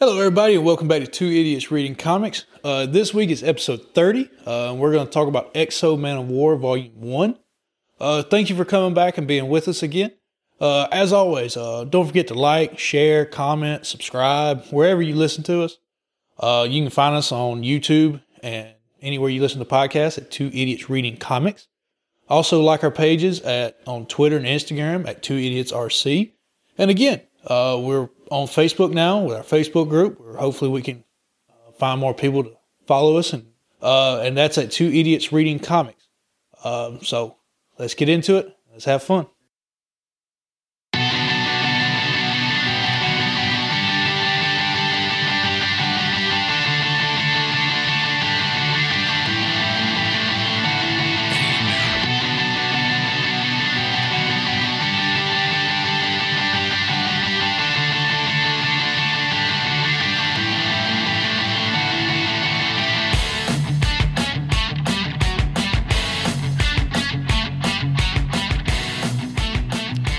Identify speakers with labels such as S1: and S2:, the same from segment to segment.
S1: Hello, everybody, and welcome back to Two Idiots Reading Comics. Uh, this week is episode 30. Uh, and we're going to talk about Exo Man of War Volume 1. Uh, thank you for coming back and being with us again. Uh, as always, uh, don't forget to like, share, comment, subscribe, wherever you listen to us. Uh, you can find us on YouTube and anywhere you listen to podcasts at Two Idiots Reading Comics. Also, like our pages at on Twitter and Instagram at Two Idiots RC. And again, uh, we're on Facebook now with our Facebook group. Where hopefully, we can uh, find more people to follow us, and uh, and that's at Two Idiots Reading Comics. Um, so let's get into it. Let's have fun.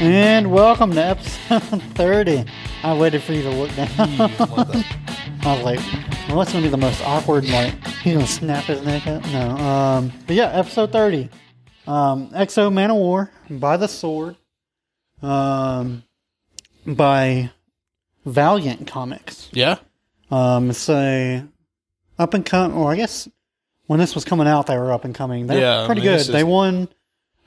S2: And welcome to episode 30. I waited for you to look down. I was like, well, that's going to be the most awkward, like, he's going to snap his neck up. No. Um, but yeah, episode 30. Um, Exo Man of War by the Sword um, by Valiant Comics.
S1: Yeah,
S2: Um, it's a up and come, or I guess when this was coming out, they were up and coming. They're
S1: Yeah, I
S2: pretty
S1: mean,
S2: good.
S1: this is-
S2: They won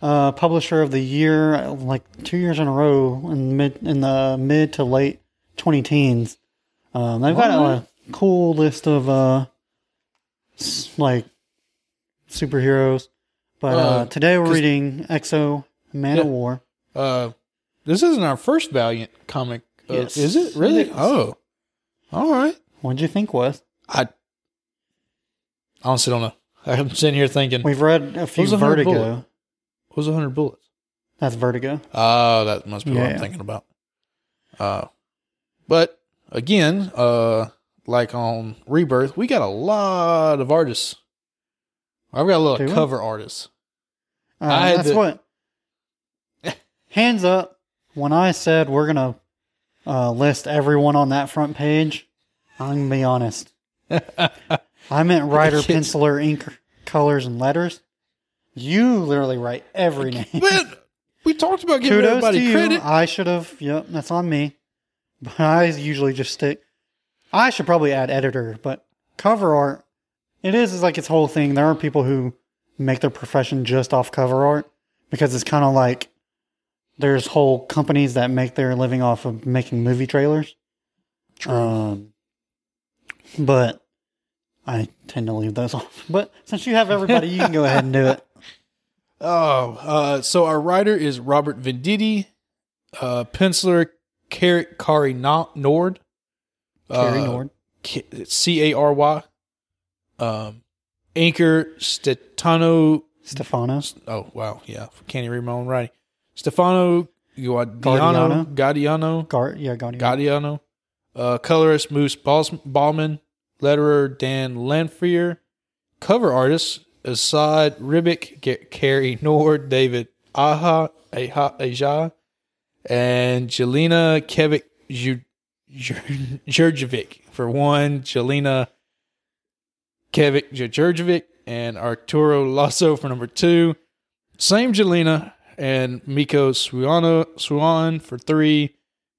S2: uh, publisher of the year uh, like two years in a row in mid in the mid to late twenty teens. Um, they've got a cool list of uh, s- like superheroes, but uh,
S1: Uh,
S2: today we're
S1: 'cause-
S2: reading Exo Man of
S1: Yeah.
S2: War.
S1: uh, this isn't our first Valiant comic, uh,
S2: Yes.
S1: is it? Really?
S2: It is.
S1: Oh, all right.
S2: What'd you think, Wes?
S1: I honestly don't know. I'm sitting here thinking,
S2: We've read a few
S1: was the hundred
S2: Vertigo.
S1: bullet? what was 100 bullets?
S2: That's Vertigo.
S1: Oh, that must be what I'm
S2: Yeah.
S1: thinking about. Uh, but again, uh, like on Rebirth, we got a lot of artists. I've got a lot
S2: Do
S1: of
S2: we?
S1: cover artists.
S2: Uh,
S1: I had
S2: that's
S1: the-
S2: what. Hands up when I said we're gonna uh, list everyone on that front page. I'm gonna be honest. I meant writer,
S1: It's-
S2: penciler, ink, colors, and letters. You literally write every name.
S1: But we talked about giving
S2: Kudos to
S1: everybody
S2: you.
S1: credit.
S2: I should have. Yep, that's on me. But I usually just stick. I should probably add editor, but cover art. It is is like its whole thing. There are people who make their profession just off cover art because it's kind of like there's whole companies that make their living off of making movie trailers. Um, but I tend to leave those off. But since you have everybody, you can go ahead and do it.
S1: Oh, uh, so our writer is Robert Venditti, uh, penciler Carrot Kari No- Nord.
S2: Carrie
S1: Uh,
S2: Nord.
S1: K- C A R Y. Um, anchor Stetano
S2: Stefanos.
S1: Oh wow, yeah. Can't even read my own writing. Stefano Guadiano,
S2: Guardiano.
S1: Guadiano,
S2: Gar- yeah, Guardian.
S1: Guadiano. Uh, colorist Moose Bals- Ballman, letterer Dan Lanfear, cover artist Asad Ribic, G- Carrie Nord, David Aha, Aha Aja, and Jelena Kevik Ju- Jur- Jurjevic for one, Jelena Kevik Jurjevic, and Arturo Lasso for number two. Same Jelena and Miko Suano, Suan for three,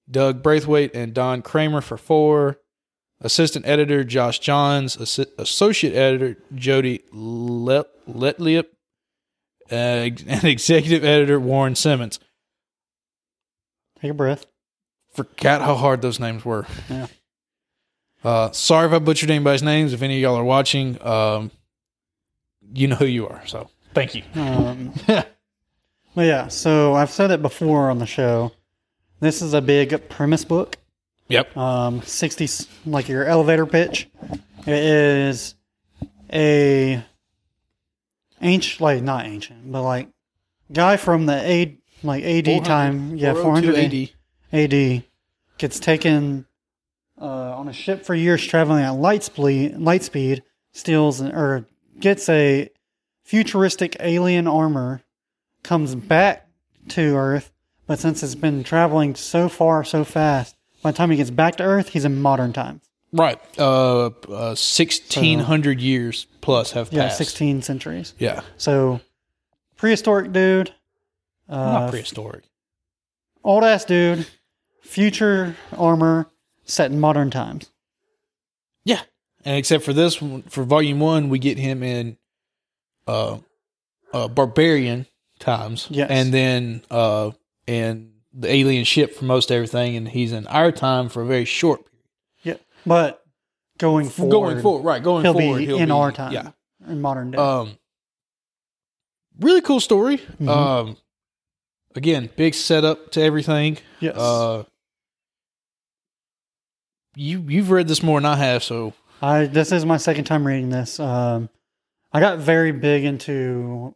S1: Doug Braithwaite and Don Kramer for four, assistant editor Josh Johns, assi- associate editor Jody Le- Letliep, uh, and executive editor Warren Simmons.
S2: Take a breath.
S1: Forgot how hard those names were.
S2: Yeah.
S1: Uh, sorry if I butchered anybody's names. If any of y'all are watching, um, you know who you are. So thank you.
S2: Um, Well, yeah. So I've said it before on the show. This is a big premise book.
S1: yep.
S2: Um, sixty, s- like your elevator pitch. It is a ancient, like not ancient, but like guy from the A, like AD time. Yeah,
S1: oh
S2: four oh hundred AD. AD gets taken uh, on a ship for years, traveling at light speed. Light speed steals an- or gets a futuristic alien armor, comes back to Earth, but since it's been traveling so far so fast, by the time he gets back to Earth, he's in modern times.
S1: Right. Uh, uh 1600 years plus have
S2: Yeah,
S1: passed.
S2: 16 centuries.
S1: Yeah.
S2: So, prehistoric dude,
S1: Not
S2: uh,
S1: prehistoric.
S2: old ass dude, future armor set in modern times.
S1: Yeah. And except for this one, for volume one, we get him in uh, uh barbarian times.
S2: Yes.
S1: And then uh in the alien ship for most everything, and he's in our time for a very short period.
S2: Yeah, but going forward,
S1: Going forward, right, going
S2: he'll
S1: forward
S2: be
S1: he'll
S2: in
S1: be-
S2: our time,
S1: Yeah.
S2: in modern day.
S1: Um really cool story.
S2: Mhm.
S1: Um again, big setup to everything.
S2: yes,
S1: Uh you you've read this more than I have, so
S2: I this is my second time reading this. Um, I got very big into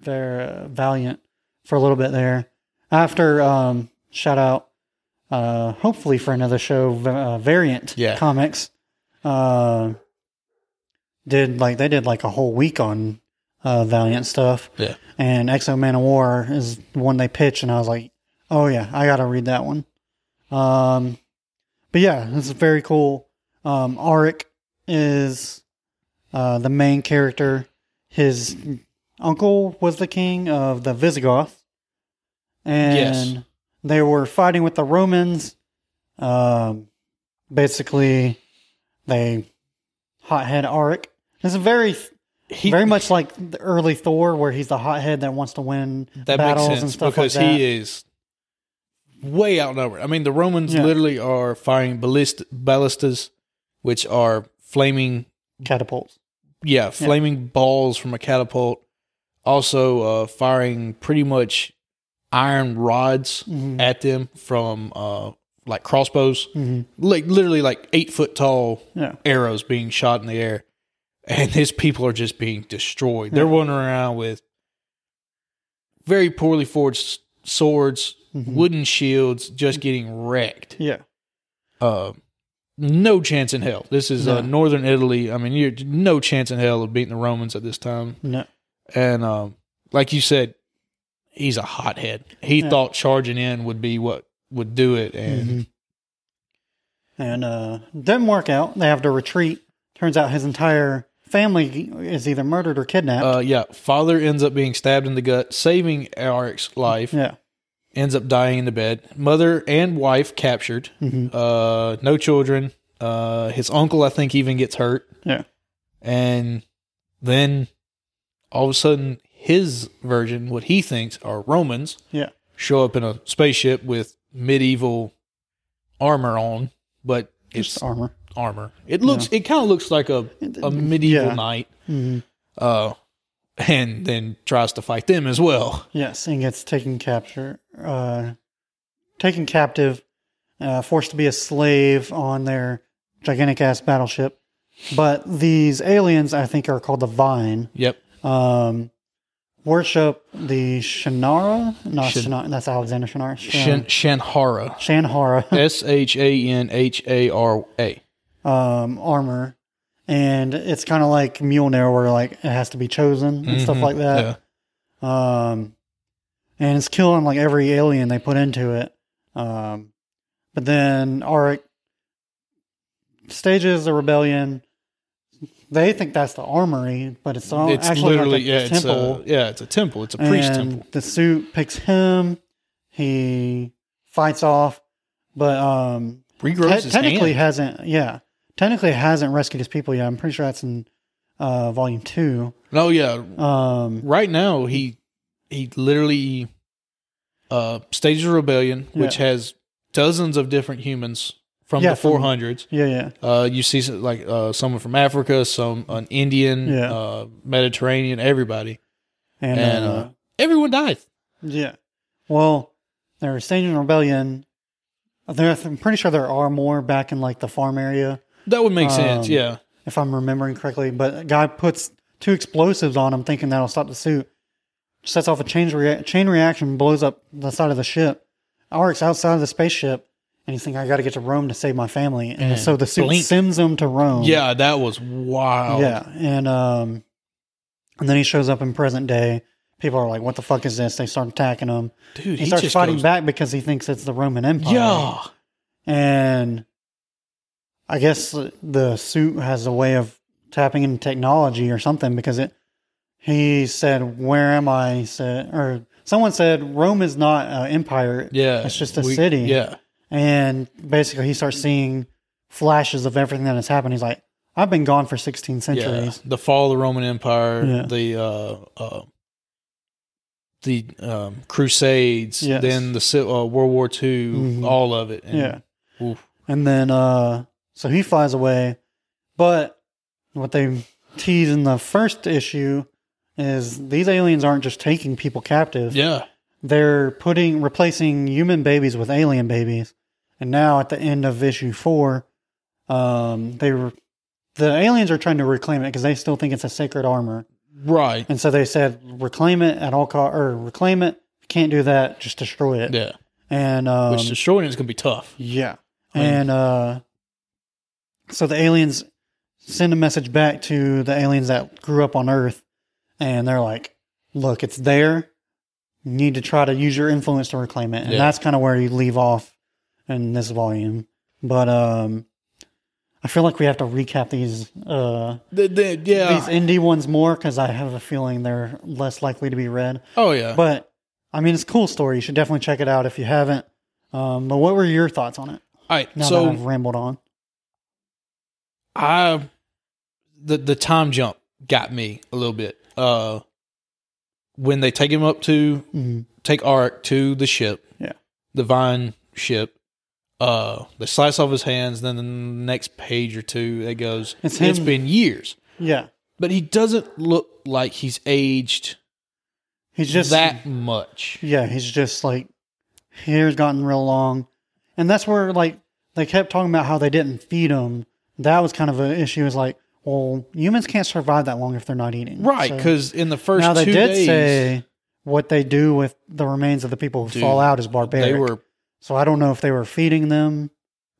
S2: their uh, Valiant for a little bit there. After um, shout out, uh, hopefully for another show, V- uh, Variant
S1: Yeah.
S2: Comics uh, did like they did like a whole week on uh, Valiant stuff.
S1: Yeah.
S2: and Exo Man of War is the one they pitched, and I was like, oh yeah, I gotta read that one. Um, but yeah, this is very cool. Um, Arik is uh, the main character. His uncle was the king of the Visigoths, and
S1: Yes.
S2: they were fighting with the Romans. Um, basically, they hothead Arik. It's very,
S1: he
S2: very much like the early Thor, where he's the hothead that wants to win
S1: that makes
S2: battles and
S1: sense
S2: stuff
S1: because
S2: like that.
S1: he is way outnumbered. I mean, the Romans
S2: Yeah.
S1: literally are firing ballist- ballistas, which are flaming,
S2: Catapults.
S1: yeah, flaming balls from a catapult. Also, uh, firing pretty much iron rods
S2: Mhm.
S1: at them from uh, like crossbows,
S2: Mhm.
S1: like literally like eight foot tall
S2: Yeah.
S1: arrows being shot in the air, and his people are just being destroyed. They're running around with very poorly forged swords,
S2: Mhm.
S1: wooden shields, just getting wrecked.
S2: Yeah.
S1: Uh, no chance in hell. This is uh,
S2: No.
S1: northern Italy. I mean, you're no chance in hell of beating the Romans at this time.
S2: No.
S1: And um, like you said, he's a hothead. He
S2: Yeah.
S1: thought charging in would be what would do it, and
S2: Mhm. And uh, didn't work out. They have to retreat. Turns out his entire family is either murdered or kidnapped.
S1: uh, yeah, father ends up being stabbed in the gut, saving Arik's life.
S2: yeah.
S1: ends up dying in the bed. Mother and wife captured.
S2: Mhm.
S1: Uh, no children. Uh, his uncle, I think, even gets hurt.
S2: Yeah.
S1: And then all of a sudden, his version, what he thinks are Romans,
S2: Yeah.
S1: show up in a spaceship with medieval armor on, but it's
S2: Just armor.
S1: armor. It looks, it kind of looks like a, a medieval
S2: yeah.
S1: knight.
S2: Mhm.
S1: Uh, and then tries to fight them as well.
S2: Yes. And gets taken capture, uh, taken captive, uh, forced to be a slave on their gigantic ass battleship. But these aliens, I think, are called the Vine.
S1: Yep.
S2: Um, worship the Shannara. No,
S1: Shin-
S2: Shannara. That's Alexander Shannara. Shan-
S1: Shan- Shanhara.
S2: Shanhara.
S1: S H A N H A R A.
S2: um, armor, and it's kind of like Mjolnir, where like it has to be chosen and
S1: Mm-hmm.
S2: stuff like
S1: Yeah.
S2: that. Um, and it's killing like every alien they put into it. Um, but then Arik stages a rebellion. They think that's the armory, but it's, all,
S1: It's
S2: Oh, actually like,
S1: literally
S2: a
S1: yeah, it's
S2: temple.
S1: a yeah, it's a temple. It's a priest
S2: and
S1: temple.
S2: The suit picks him. He fights off, but um,
S1: Regrows
S2: Te-
S1: his
S2: technically
S1: hand.
S2: hasn't. Yeah, technically hasn't rescued his people yet. I'm pretty sure that's in uh, volume two.
S1: No, yeah.
S2: Um,
S1: Right now he he literally uh stages a rebellion, which has dozens of different humans from
S2: Yeah,
S1: the
S2: from-
S1: four hundreds.
S2: yeah, yeah,
S1: Uh you see some, like uh someone from Africa, some an Indian,
S2: Yeah.
S1: uh Mediterranean, everybody.
S2: and,
S1: And,
S2: uh,
S1: uh, everyone dies.
S2: yeah. Well, they're staging a rebellion. There, I'm pretty sure there are more back in like the farm area,
S1: That would make sense,
S2: Um,
S1: yeah.
S2: if I'm remembering correctly. But a guy puts two explosives on him, thinking that'll stop the suit. Sets off a chain, rea- chain reaction, blows up the side of the ship. Arik's outside of the spaceship, and he's thinking, "I got to get to Rome to save my family." And,
S1: And
S2: so the suit
S1: blink.
S2: sends him to Rome.
S1: Yeah, that was wild.
S2: um, Yeah, and um, and then he shows up in present day. People are like, "What the fuck is this?" They start attacking him.
S1: Dude,
S2: He,
S1: he,
S2: starts
S1: just
S2: fighting
S1: goes,
S2: back because he thinks it's the Roman Empire.
S1: Yeah.
S2: and I guess the suit has a way of tapping into technology or something because it. He said, "Where am I?" He said or someone said, "Rome is not an empire.
S1: Yeah.
S2: it's just a
S1: we-
S2: city."
S1: Yeah.
S2: and basically he starts seeing flashes of everything that has happened. He's like, "I've been gone for 16
S1: Yeah.
S2: centuries."
S1: The fall of the Roman Empire,
S2: Yeah.
S1: the uh, uh, the um, Crusades,
S2: Yes.
S1: then the Ci- uh, World War II,
S2: Mhm.
S1: all of it.
S2: Yeah,
S1: And, oof.
S2: and then uh, so he flies away, but what they tease in the first issue is these aliens aren't just taking people captive.
S1: yeah.
S2: they're putting replacing human babies with alien babies and now at the end of issue four um they were the aliens are trying to reclaim it because they still think it's a sacred armor
S1: Right.
S2: and so they said reclaim it at all cost or reclaim it If you can't do that just destroy it
S1: Yeah.
S2: and um
S1: Which destroying it is going to be tough.
S2: yeah
S1: I mean-
S2: and uh so the aliens send a message back to the aliens that grew up on earth and they're like look it's there you need to try to use your influence to reclaim it and
S1: Yeah.
S2: that's kind of where you leave off in this volume but um i feel like we have to recap these uh
S1: The- the- yeah.
S2: these indie ones more because i have a feeling they're less likely to be read
S1: oh, yeah.
S2: but i mean it's a cool story you should definitely check it out if you haven't um but what were your thoughts on it
S1: all right.
S2: now that I've
S1: So
S2: rambled on.
S1: I, the, the time jump got me a little bit. Uh, when they take him up to
S2: Mm-hmm.
S1: take Ark to the ship.
S2: Yeah.
S1: The Vine ship. Uh, they slice off his hands. Then the next page or two, it goes.
S2: It's
S1: it's
S2: him-
S1: been years,
S2: Yeah,
S1: but he doesn't look like he's aged
S2: he's just
S1: that much.
S2: Yeah, he's just like hair's gotten real long, and that's where like they kept talking about how they didn't feed him. That was kind of an issue. Is like, well, humans can't survive that long if they're not eating,
S1: Right,
S2: So-
S1: because in the first
S2: now they
S1: two
S2: did
S1: days,
S2: say what they do with the remains of the people who
S1: Dude,
S2: fall out is barbaric.
S1: they were.
S2: so I don't know if they were feeding them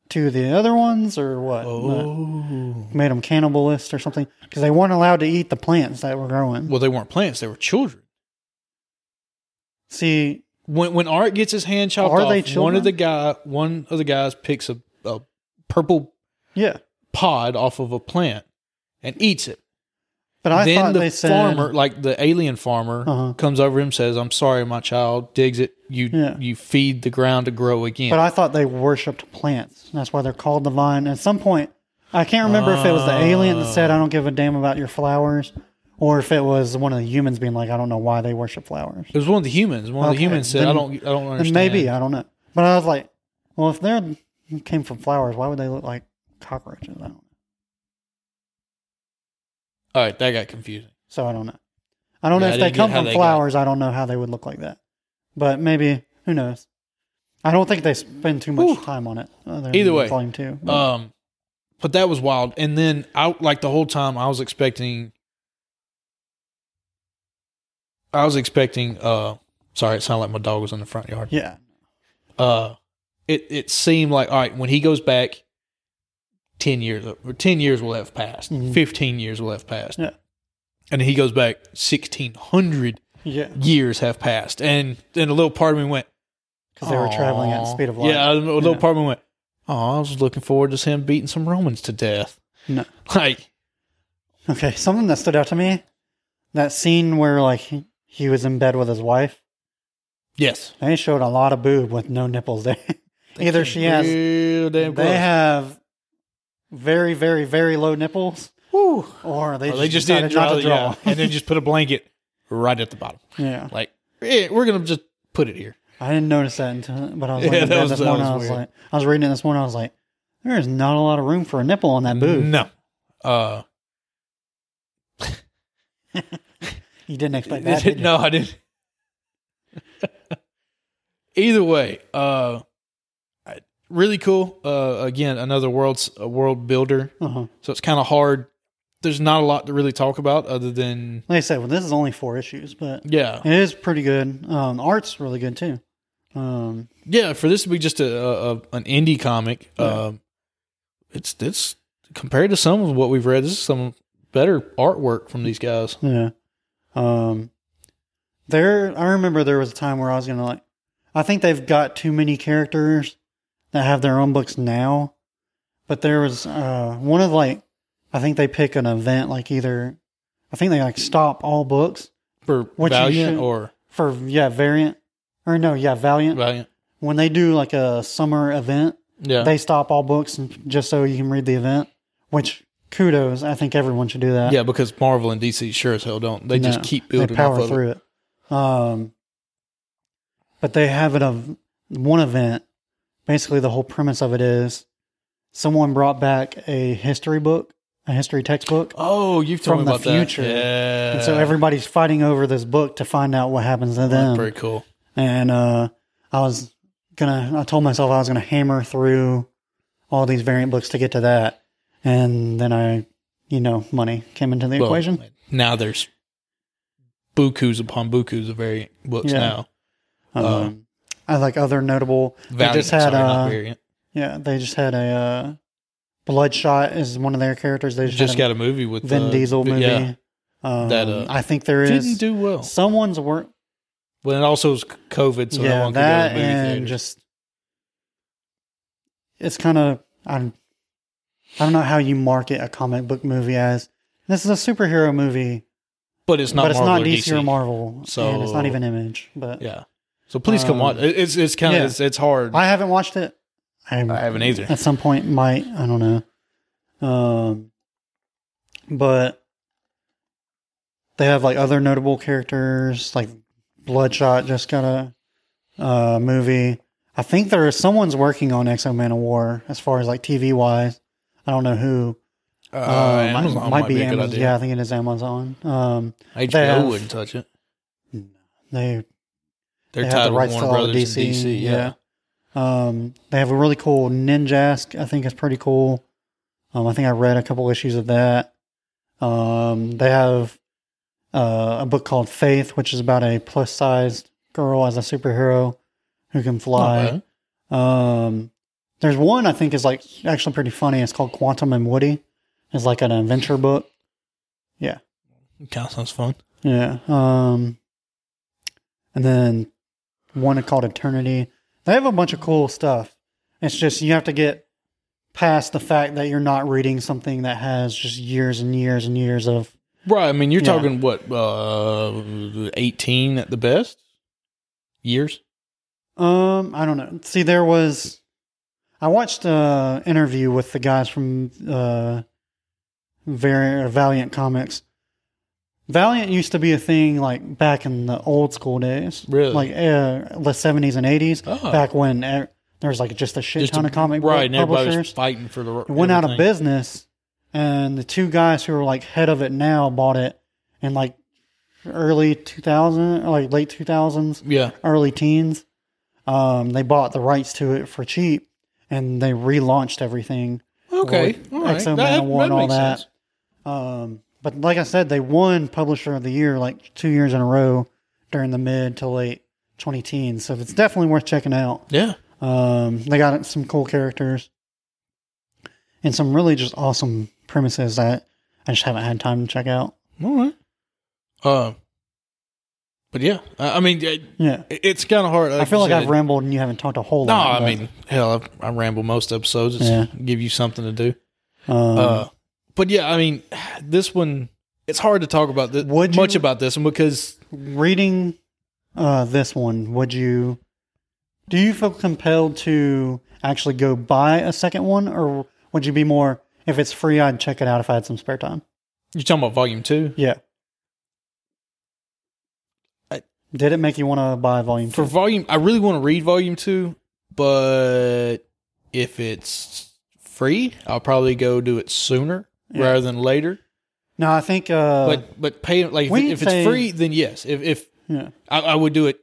S2: to the other ones or what. but
S1: Oh,
S2: Made them cannibalists or something because they weren't allowed to eat the plants that were growing.
S1: well, they weren't plants; they were children.
S2: See,
S1: When when Art gets his hand chopped
S2: Are
S1: off,
S2: they
S1: one
S2: children?
S1: of the guy, one of the guys picks a, a purple
S2: yeah,
S1: pod off of a plant and eats it.
S2: But I
S1: then
S2: thought
S1: the
S2: they said
S1: farmer, like the alien farmer,
S2: Uh-huh.
S1: comes over him, says, "I'm sorry, my child." Digs it. You
S2: Yeah.
S1: you feed the ground to grow again.
S2: But I thought they worshipped plants. That's why they're called the vine. At some point, I can't remember if it was the alien that said, "I don't give a damn about your flowers," or if it was one of the humans being like, "I don't know why they worship flowers."
S1: it was one of the humans. One of
S2: Okay,
S1: the humans said,
S2: then-
S1: "I don't I don't
S2: And
S1: understand."
S2: maybe I don't know. But I was like, "Well, if they're came from flowers, why would they look like cockroaches?" I don't know.
S1: All right, that got confusing.
S2: So I don't know. I don't
S1: Yeah,
S2: know
S1: I
S2: if they
S1: didn't
S2: come
S1: get how
S2: from
S1: they got-
S2: flowers. I don't know how they would look like that. But maybe who knows? I don't think they spend too much
S1: Whew.
S2: time on it. other than
S1: Either way,
S2: volume two. but-
S1: Um, but that was wild. And then I like the whole time I was expecting. I was expecting. Uh, sorry, it sounded like my dog was in the front yard.
S2: yeah.
S1: uh it it seemed like all right when he goes back 10 years or 10 years will have passed
S2: Mhm.
S1: 15 years will have passed
S2: Yeah.
S1: and he goes back 1600
S2: Yeah.
S1: years have passed and then a little part of me went
S2: because they were traveling at the
S1: "Aw."
S2: speed of light.
S1: yeah a little
S2: Yeah.
S1: part of me went oh i was looking forward to him beating some romans to death
S2: No.
S1: like
S2: Okay. Something that stood out to me that scene where like he, he was in bed with his wife.
S1: yes
S2: They showed a lot of boob with no nipples there. Either she has
S1: Real damn
S2: they
S1: close.
S2: have very very very low nipples,
S1: Whew.
S2: or
S1: Or
S2: they just,
S1: Oh, they just
S2: decided
S1: didn't draw,
S2: not to draw.
S1: yeah. and then just put a blanket right at the bottom
S2: Yeah.
S1: like eh, we're gonna just put it here
S2: I didn't notice that until, but I was
S1: Yeah,
S2: like in
S1: that
S2: bed
S1: was-
S2: this
S1: that
S2: morning.
S1: was
S2: I was
S1: weird.
S2: like, I was reading it this morning. I was like, there is not a lot of room for a nipple on that boob.
S1: No. Uh,
S2: You didn't expect that. Did you?
S1: no, I didn't. Either way, uh, I- really cool. Uh, again, another world's a world builder.
S2: Uh-huh.
S1: So it's kind of hard. There's not a lot to really talk about other than
S2: Like I said, well, this is only four issues, but
S1: yeah,
S2: It is pretty good. Um, art's really good too. Um,
S1: yeah. For this to be just a, a, a an indie comic, um, it's it's compared to some of what we've read. This is some better artwork from these guys.
S2: yeah. Um, there, I remember there was a time where I was gonna like, I think they've got too many characters that have their own books now But there was uh, one of like, I think they pick an event like either, I think they like stop all books
S1: For
S2: What you
S1: Valiant
S2: should-
S1: or
S2: for yeah Variant or no yeah Valiant.
S1: Valiant.
S2: When they do like a summer event,
S1: Yeah.
S2: they stop all books and just so you can read the event. Which kudos, I think everyone should do that.
S1: yeah, because Marvel and DC sure as hell don't. They just
S2: No,
S1: keep building
S2: They
S1: off
S2: power
S1: of it.
S2: through it. Um, but they have it of one event. Basically, the whole premise of it is someone brought back a history book, a history textbook,
S1: Oh, you've told me
S2: From the
S1: about that.
S2: future.
S1: Yeah.
S2: and so everybody's fighting over this book to find out what happens to
S1: That's
S2: them.
S1: pretty cool.
S2: And uh, I was gonna, I told myself I was gonna hammer through all these variant books to get to that, and then I, you know, money came into the
S1: Well,
S2: equation.
S1: Now there's bukus upon bukus of variant books
S2: Yeah.
S1: now.
S2: Um,
S1: Uh,
S2: I like other notable.
S1: Valiant,
S2: they just had
S1: sorry, not
S2: uh,
S1: variant.
S2: yeah, they just had a uh, Bloodshot is one of their characters. They just,
S1: Just
S2: had
S1: got a movie with
S2: a Vin
S1: uh,
S2: Diesel
S1: but
S2: movie.
S1: Yeah,
S2: Um,
S1: That, uh,
S2: I think there is
S1: didn't do well.
S2: someone's work.
S1: Well, and also it's COVID, so no
S2: yeah,
S1: one could go to
S2: that
S1: the movie
S2: and
S1: theater.
S2: just it's kind of I'm I don't know how you market a comic book movie as this is a superhero movie,
S1: but it's not.
S2: but it's
S1: Marvel
S2: not
S1: or
S2: DC, or
S1: DC.
S2: Marvel, so and it's not
S1: So-
S2: even Image. But
S1: Yeah. So please come
S2: Um,
S1: watch. It- It's it's kind of
S2: yeah.
S1: it's, it's hard.
S2: I haven't watched it. I'm-
S1: I haven't either.
S2: at some point might i don't know um but they have like other notable characters like bloodshot just got a uh movie i think there is someone's working on exo man of war as far as like tv wise i don't know who
S1: Uh,
S2: Uh, might,
S1: Amazon
S2: might be,
S1: a good
S2: amazon
S1: idea.
S2: yeah i think it is amazon um
S1: HBO
S2: They have-
S1: wouldn't touch it.
S2: they
S1: They're
S2: they
S1: tied
S2: have the
S1: with
S2: rights to
S1: Warner
S2: all of
S1: Brothers
S2: DC.
S1: and DC. Yeah.
S2: yeah. Um, they have a really cool Ninjask. I think it's pretty cool. Um, I think I read a couple issues of that. Um, they have uh, a book called Faith, which is about a plus sized girl as a superhero who can fly.
S1: Not
S2: Um, there's one I think is like actually pretty funny. It's called Quantum and Woody. It's like an adventure book.
S1: bad. Kind of sounds fun.
S2: Yeah. Um and then one called Eternity. They have a bunch of cool stuff. It's just you have to get past the fact that you're not reading something that has just years and years and years of
S1: Right. I mean, you're
S2: Yeah.
S1: talking what uh, 18 at the best years.
S2: um I don't know. See there was I watched a interview with the guys from uh Variant or Valiant Comics. Valiant used to be a thing like back in the old school days.
S1: Really?
S2: Like uh, the 70s and 80s.
S1: Oh.
S2: back when e- there was like just a shit
S1: Just
S2: ton
S1: a-
S2: of comic book
S1: right, and everybody was
S2: publishers.
S1: fighting for the
S2: It went out of
S1: everything.
S2: business, and the two guys who were like head of it now bought it in like early 2000, or, like late 2000s,
S1: Yeah,
S2: early teens. Um, they bought the rights to it for cheap, and they relaunched everything.
S1: okay,
S2: With
S1: all right.
S2: Exo Man of War and all
S1: makes
S2: that.
S1: sense.
S2: Um, but like I said, they won Publisher of the Year like two years in a row during the mid to late 20 teens. So it's definitely worth checking out.
S1: Yeah,
S2: Um, they got some cool characters and some really just awesome premises that I just haven't had time to check out.
S1: all right. Um, but yeah, I, I mean, it,
S2: Yeah.
S1: it's kind of hard.
S2: I feel like
S1: you
S2: I've
S1: said.
S2: rambled and you haven't talked a whole
S1: No,
S2: lot.
S1: I
S2: but,
S1: mean, hell, I, I ramble most episodes. It's
S2: Yeah.
S1: give you something to do.
S2: um,
S1: Uh, but yeah, I mean, this one it's hard to talk about this,
S2: Would you-
S1: much about this one because
S2: reading uh, this one, would you, do you feel compelled to actually go buy a second one or would you be more, if it's free, I'd check it out if I had some spare time?
S1: you're talking about volume two.
S2: Yeah.
S1: I-
S2: Did it make you want to buy volume
S1: For
S2: two?
S1: volume, I really want to read volume two, but if it's free, I'll probably go do it sooner
S2: Yeah.
S1: rather than later.
S2: No, I think, uh,
S1: but but pay like if,
S2: we
S1: it- if it's
S2: pay-
S1: free, then yes. If if
S2: yeah.
S1: I, I would do it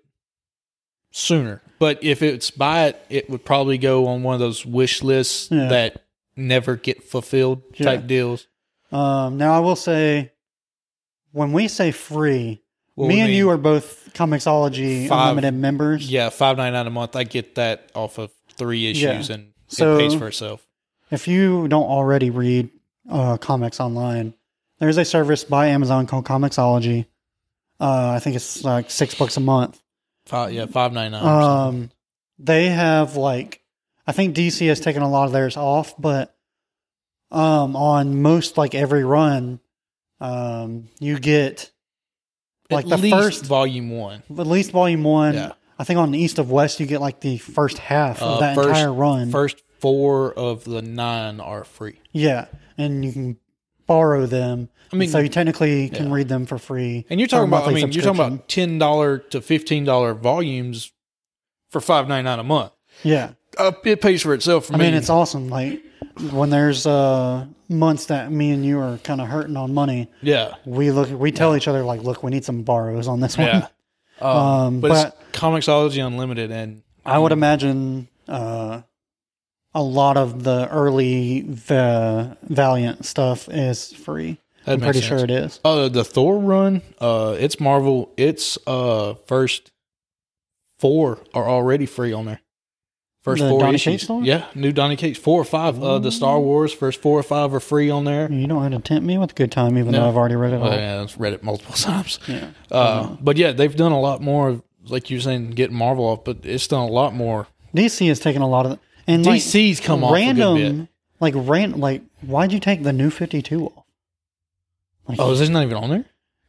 S1: sooner, but if it's buy it, it would probably go on one of those wish lists
S2: Yeah.
S1: that never get fulfilled
S2: Yeah.
S1: type deals.
S2: Um, now I will say, when we say free,
S1: What
S2: me
S1: we
S2: and
S1: mean-
S2: you are both Comixology
S1: Five-
S2: Unlimited members.
S1: Yeah, five ninety nine a month. I get that off of three issues, and
S2: So-
S1: it pays for itself.
S2: If you don't already read uh, comics online, there's a service by Amazon called Comixology. Uh, I think it's like six bucks a month.
S1: Five, yeah, five ninety nine.
S2: uh, Um, they have like, I think DC has taken a lot of theirs off, but um, on most like every run, um, you get like
S1: At
S2: the
S1: least
S2: first
S1: volume one.
S2: at least volume one.
S1: Yeah.
S2: I think on East of West, you get like the first half
S1: Uh,
S2: of that
S1: first-
S2: entire run.
S1: First four of the nine are free.
S2: Yeah, and you can borrow them.
S1: I mean-
S2: so you technically can
S1: Yeah.
S2: read them for free.
S1: And you're
S2: for a
S1: talking about I
S2: monthly
S1: mean you're talking
S2: subscription.
S1: about ten dollar to fifteen dollar volumes for five ninety nine a month.
S2: yeah.
S1: Uh, it pays for itself for
S2: I
S1: me.
S2: mean, it's awesome. Like when there's uh, months that me and you are kind of hurting on money,
S1: yeah.
S2: we look, we tell each other like, look, we need some borrows on this one.
S1: Yeah. Um,
S2: Um,
S1: but,
S2: but
S1: it's Comixology Unlimited and
S2: I would imagine uh, a lot of the early the Valiant stuff is free.
S1: That
S2: I'm
S1: makes
S2: pretty
S1: sense.
S2: sure it is.
S1: Uh, the Thor run, uh, it's Marvel. It's uh first four are already free on there. First
S2: The
S1: four
S2: Donny
S1: issues,
S2: Cates one? Mm.
S1: yeah, new Donny Cates four or five. Uh, the Star Wars first four or five are free on there.
S2: You don't have to tempt me with a good time, even
S1: No.
S2: though I've already read it all.
S1: Well, yeah, I've read it multiple times.
S2: Oh. Yeah. Uh-huh.
S1: Uh, but yeah, they've done a lot more. of- Like you're saying, getting Marvel off, but it's done a lot more.
S2: DC has taken a lot of and like,
S1: DC's come off a good
S2: random,
S1: bit.
S2: like ran like why'd you take the new Fifty Two off? Like,
S1: Oh, is this not even on there?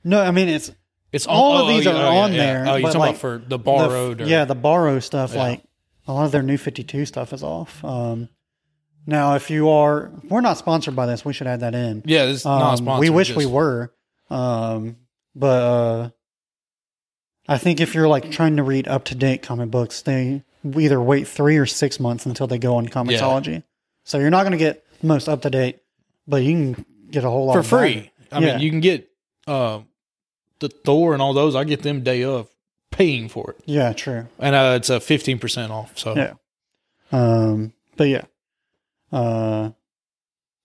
S2: no, I mean it's
S1: It's on,
S2: all
S1: oh,
S2: of these
S1: yeah,
S2: are
S1: oh, yeah,
S2: on
S1: yeah.
S2: there.
S1: Oh, you're
S2: but,
S1: talking
S2: like,
S1: about for the
S2: the f-
S1: borrowed? or,
S2: yeah, the borrow stuff.
S1: Yeah.
S2: Like a lot of their new Fifty Two stuff is off. Um, now, if you are, we're not sponsored by this. We should add that in.
S1: yeah. It's not
S2: Um,
S1: sponsored.
S2: we wish we
S1: just-
S2: were, um, but uh, I think if you're like trying to read up to date comic books, they either wait three or six months until they go on Comixology. So you're not going to get the most up to date, but you can get a whole lot
S1: for
S2: of value.
S1: free. I
S2: Yeah.
S1: mean, you can get uh, the Thor and all those. I get them day of paying for it,
S2: Yeah, true.
S1: and uh, it's a fifteen percent off. So
S2: Yeah. Um, but yeah, uh,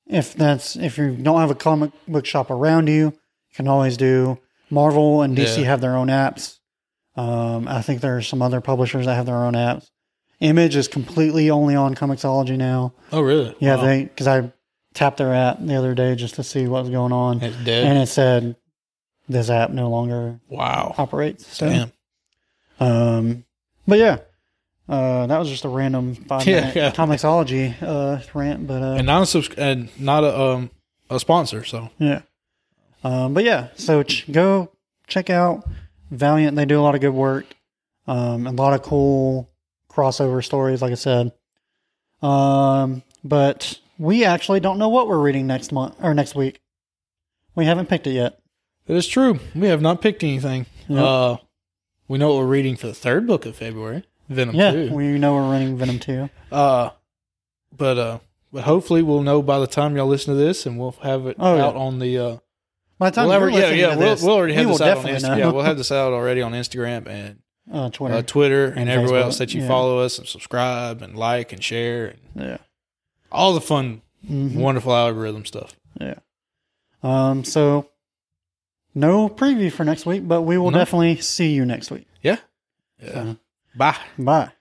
S2: if that's if you don't have a comic book shop around you, you can always do Marvel and DC
S1: Yeah.
S2: have their own apps. Um, I think there are some other publishers that have their own apps. Image is completely only on Comixology now.
S1: oh really?
S2: Yeah,
S1: Wow.
S2: they because I tapped their app the other day just to see what was going on,
S1: it's dead.
S2: and it said this app no longer
S1: wow,
S2: operates. So,
S1: damn.
S2: um, but yeah, uh, that was just a random five minute
S1: Yeah.
S2: comicsology uh, rant, but uh,
S1: And not a subs- and not a um a sponsor. So
S2: yeah, um, but yeah. So ch- go check out Valiant. They do a lot of good work, um, and a lot of cool crossover stories. Like I said, um, but we actually don't know what we're reading next month or next week. We haven't picked it yet.
S1: it is true. We have not picked anything.
S2: Nope.
S1: Uh, we know what we're reading for the third book of February, Venom
S2: yeah,
S1: Two.
S2: we know we're running Venom two.
S1: uh, but uh, but hopefully we'll know by the time y'all listen to this, and we'll have it
S2: Oh, yeah.
S1: out on the. Uh,
S2: By the time
S1: We'll
S2: you're
S1: ever- yeah,
S2: listening
S1: yeah,
S2: to
S1: we'll,
S2: this,
S1: we'll already have
S2: we will
S1: this out on
S2: definitely
S1: Instagram.
S2: know.
S1: Yeah, we'll have this out already on Instagram and
S2: uh, Twitter.
S1: uh, Twitter and,
S2: And
S1: everywhere
S2: Facebook.
S1: else that you
S2: Yeah.
S1: follow us and subscribe and like and share and
S2: yeah.
S1: all the fun,
S2: Mhm.
S1: wonderful algorithm stuff.
S2: Yeah. Um. So, no preview for next week, but we will
S1: No.
S2: definitely see you next week.
S1: Yeah. Yeah.
S2: So,
S1: Bye.
S2: bye.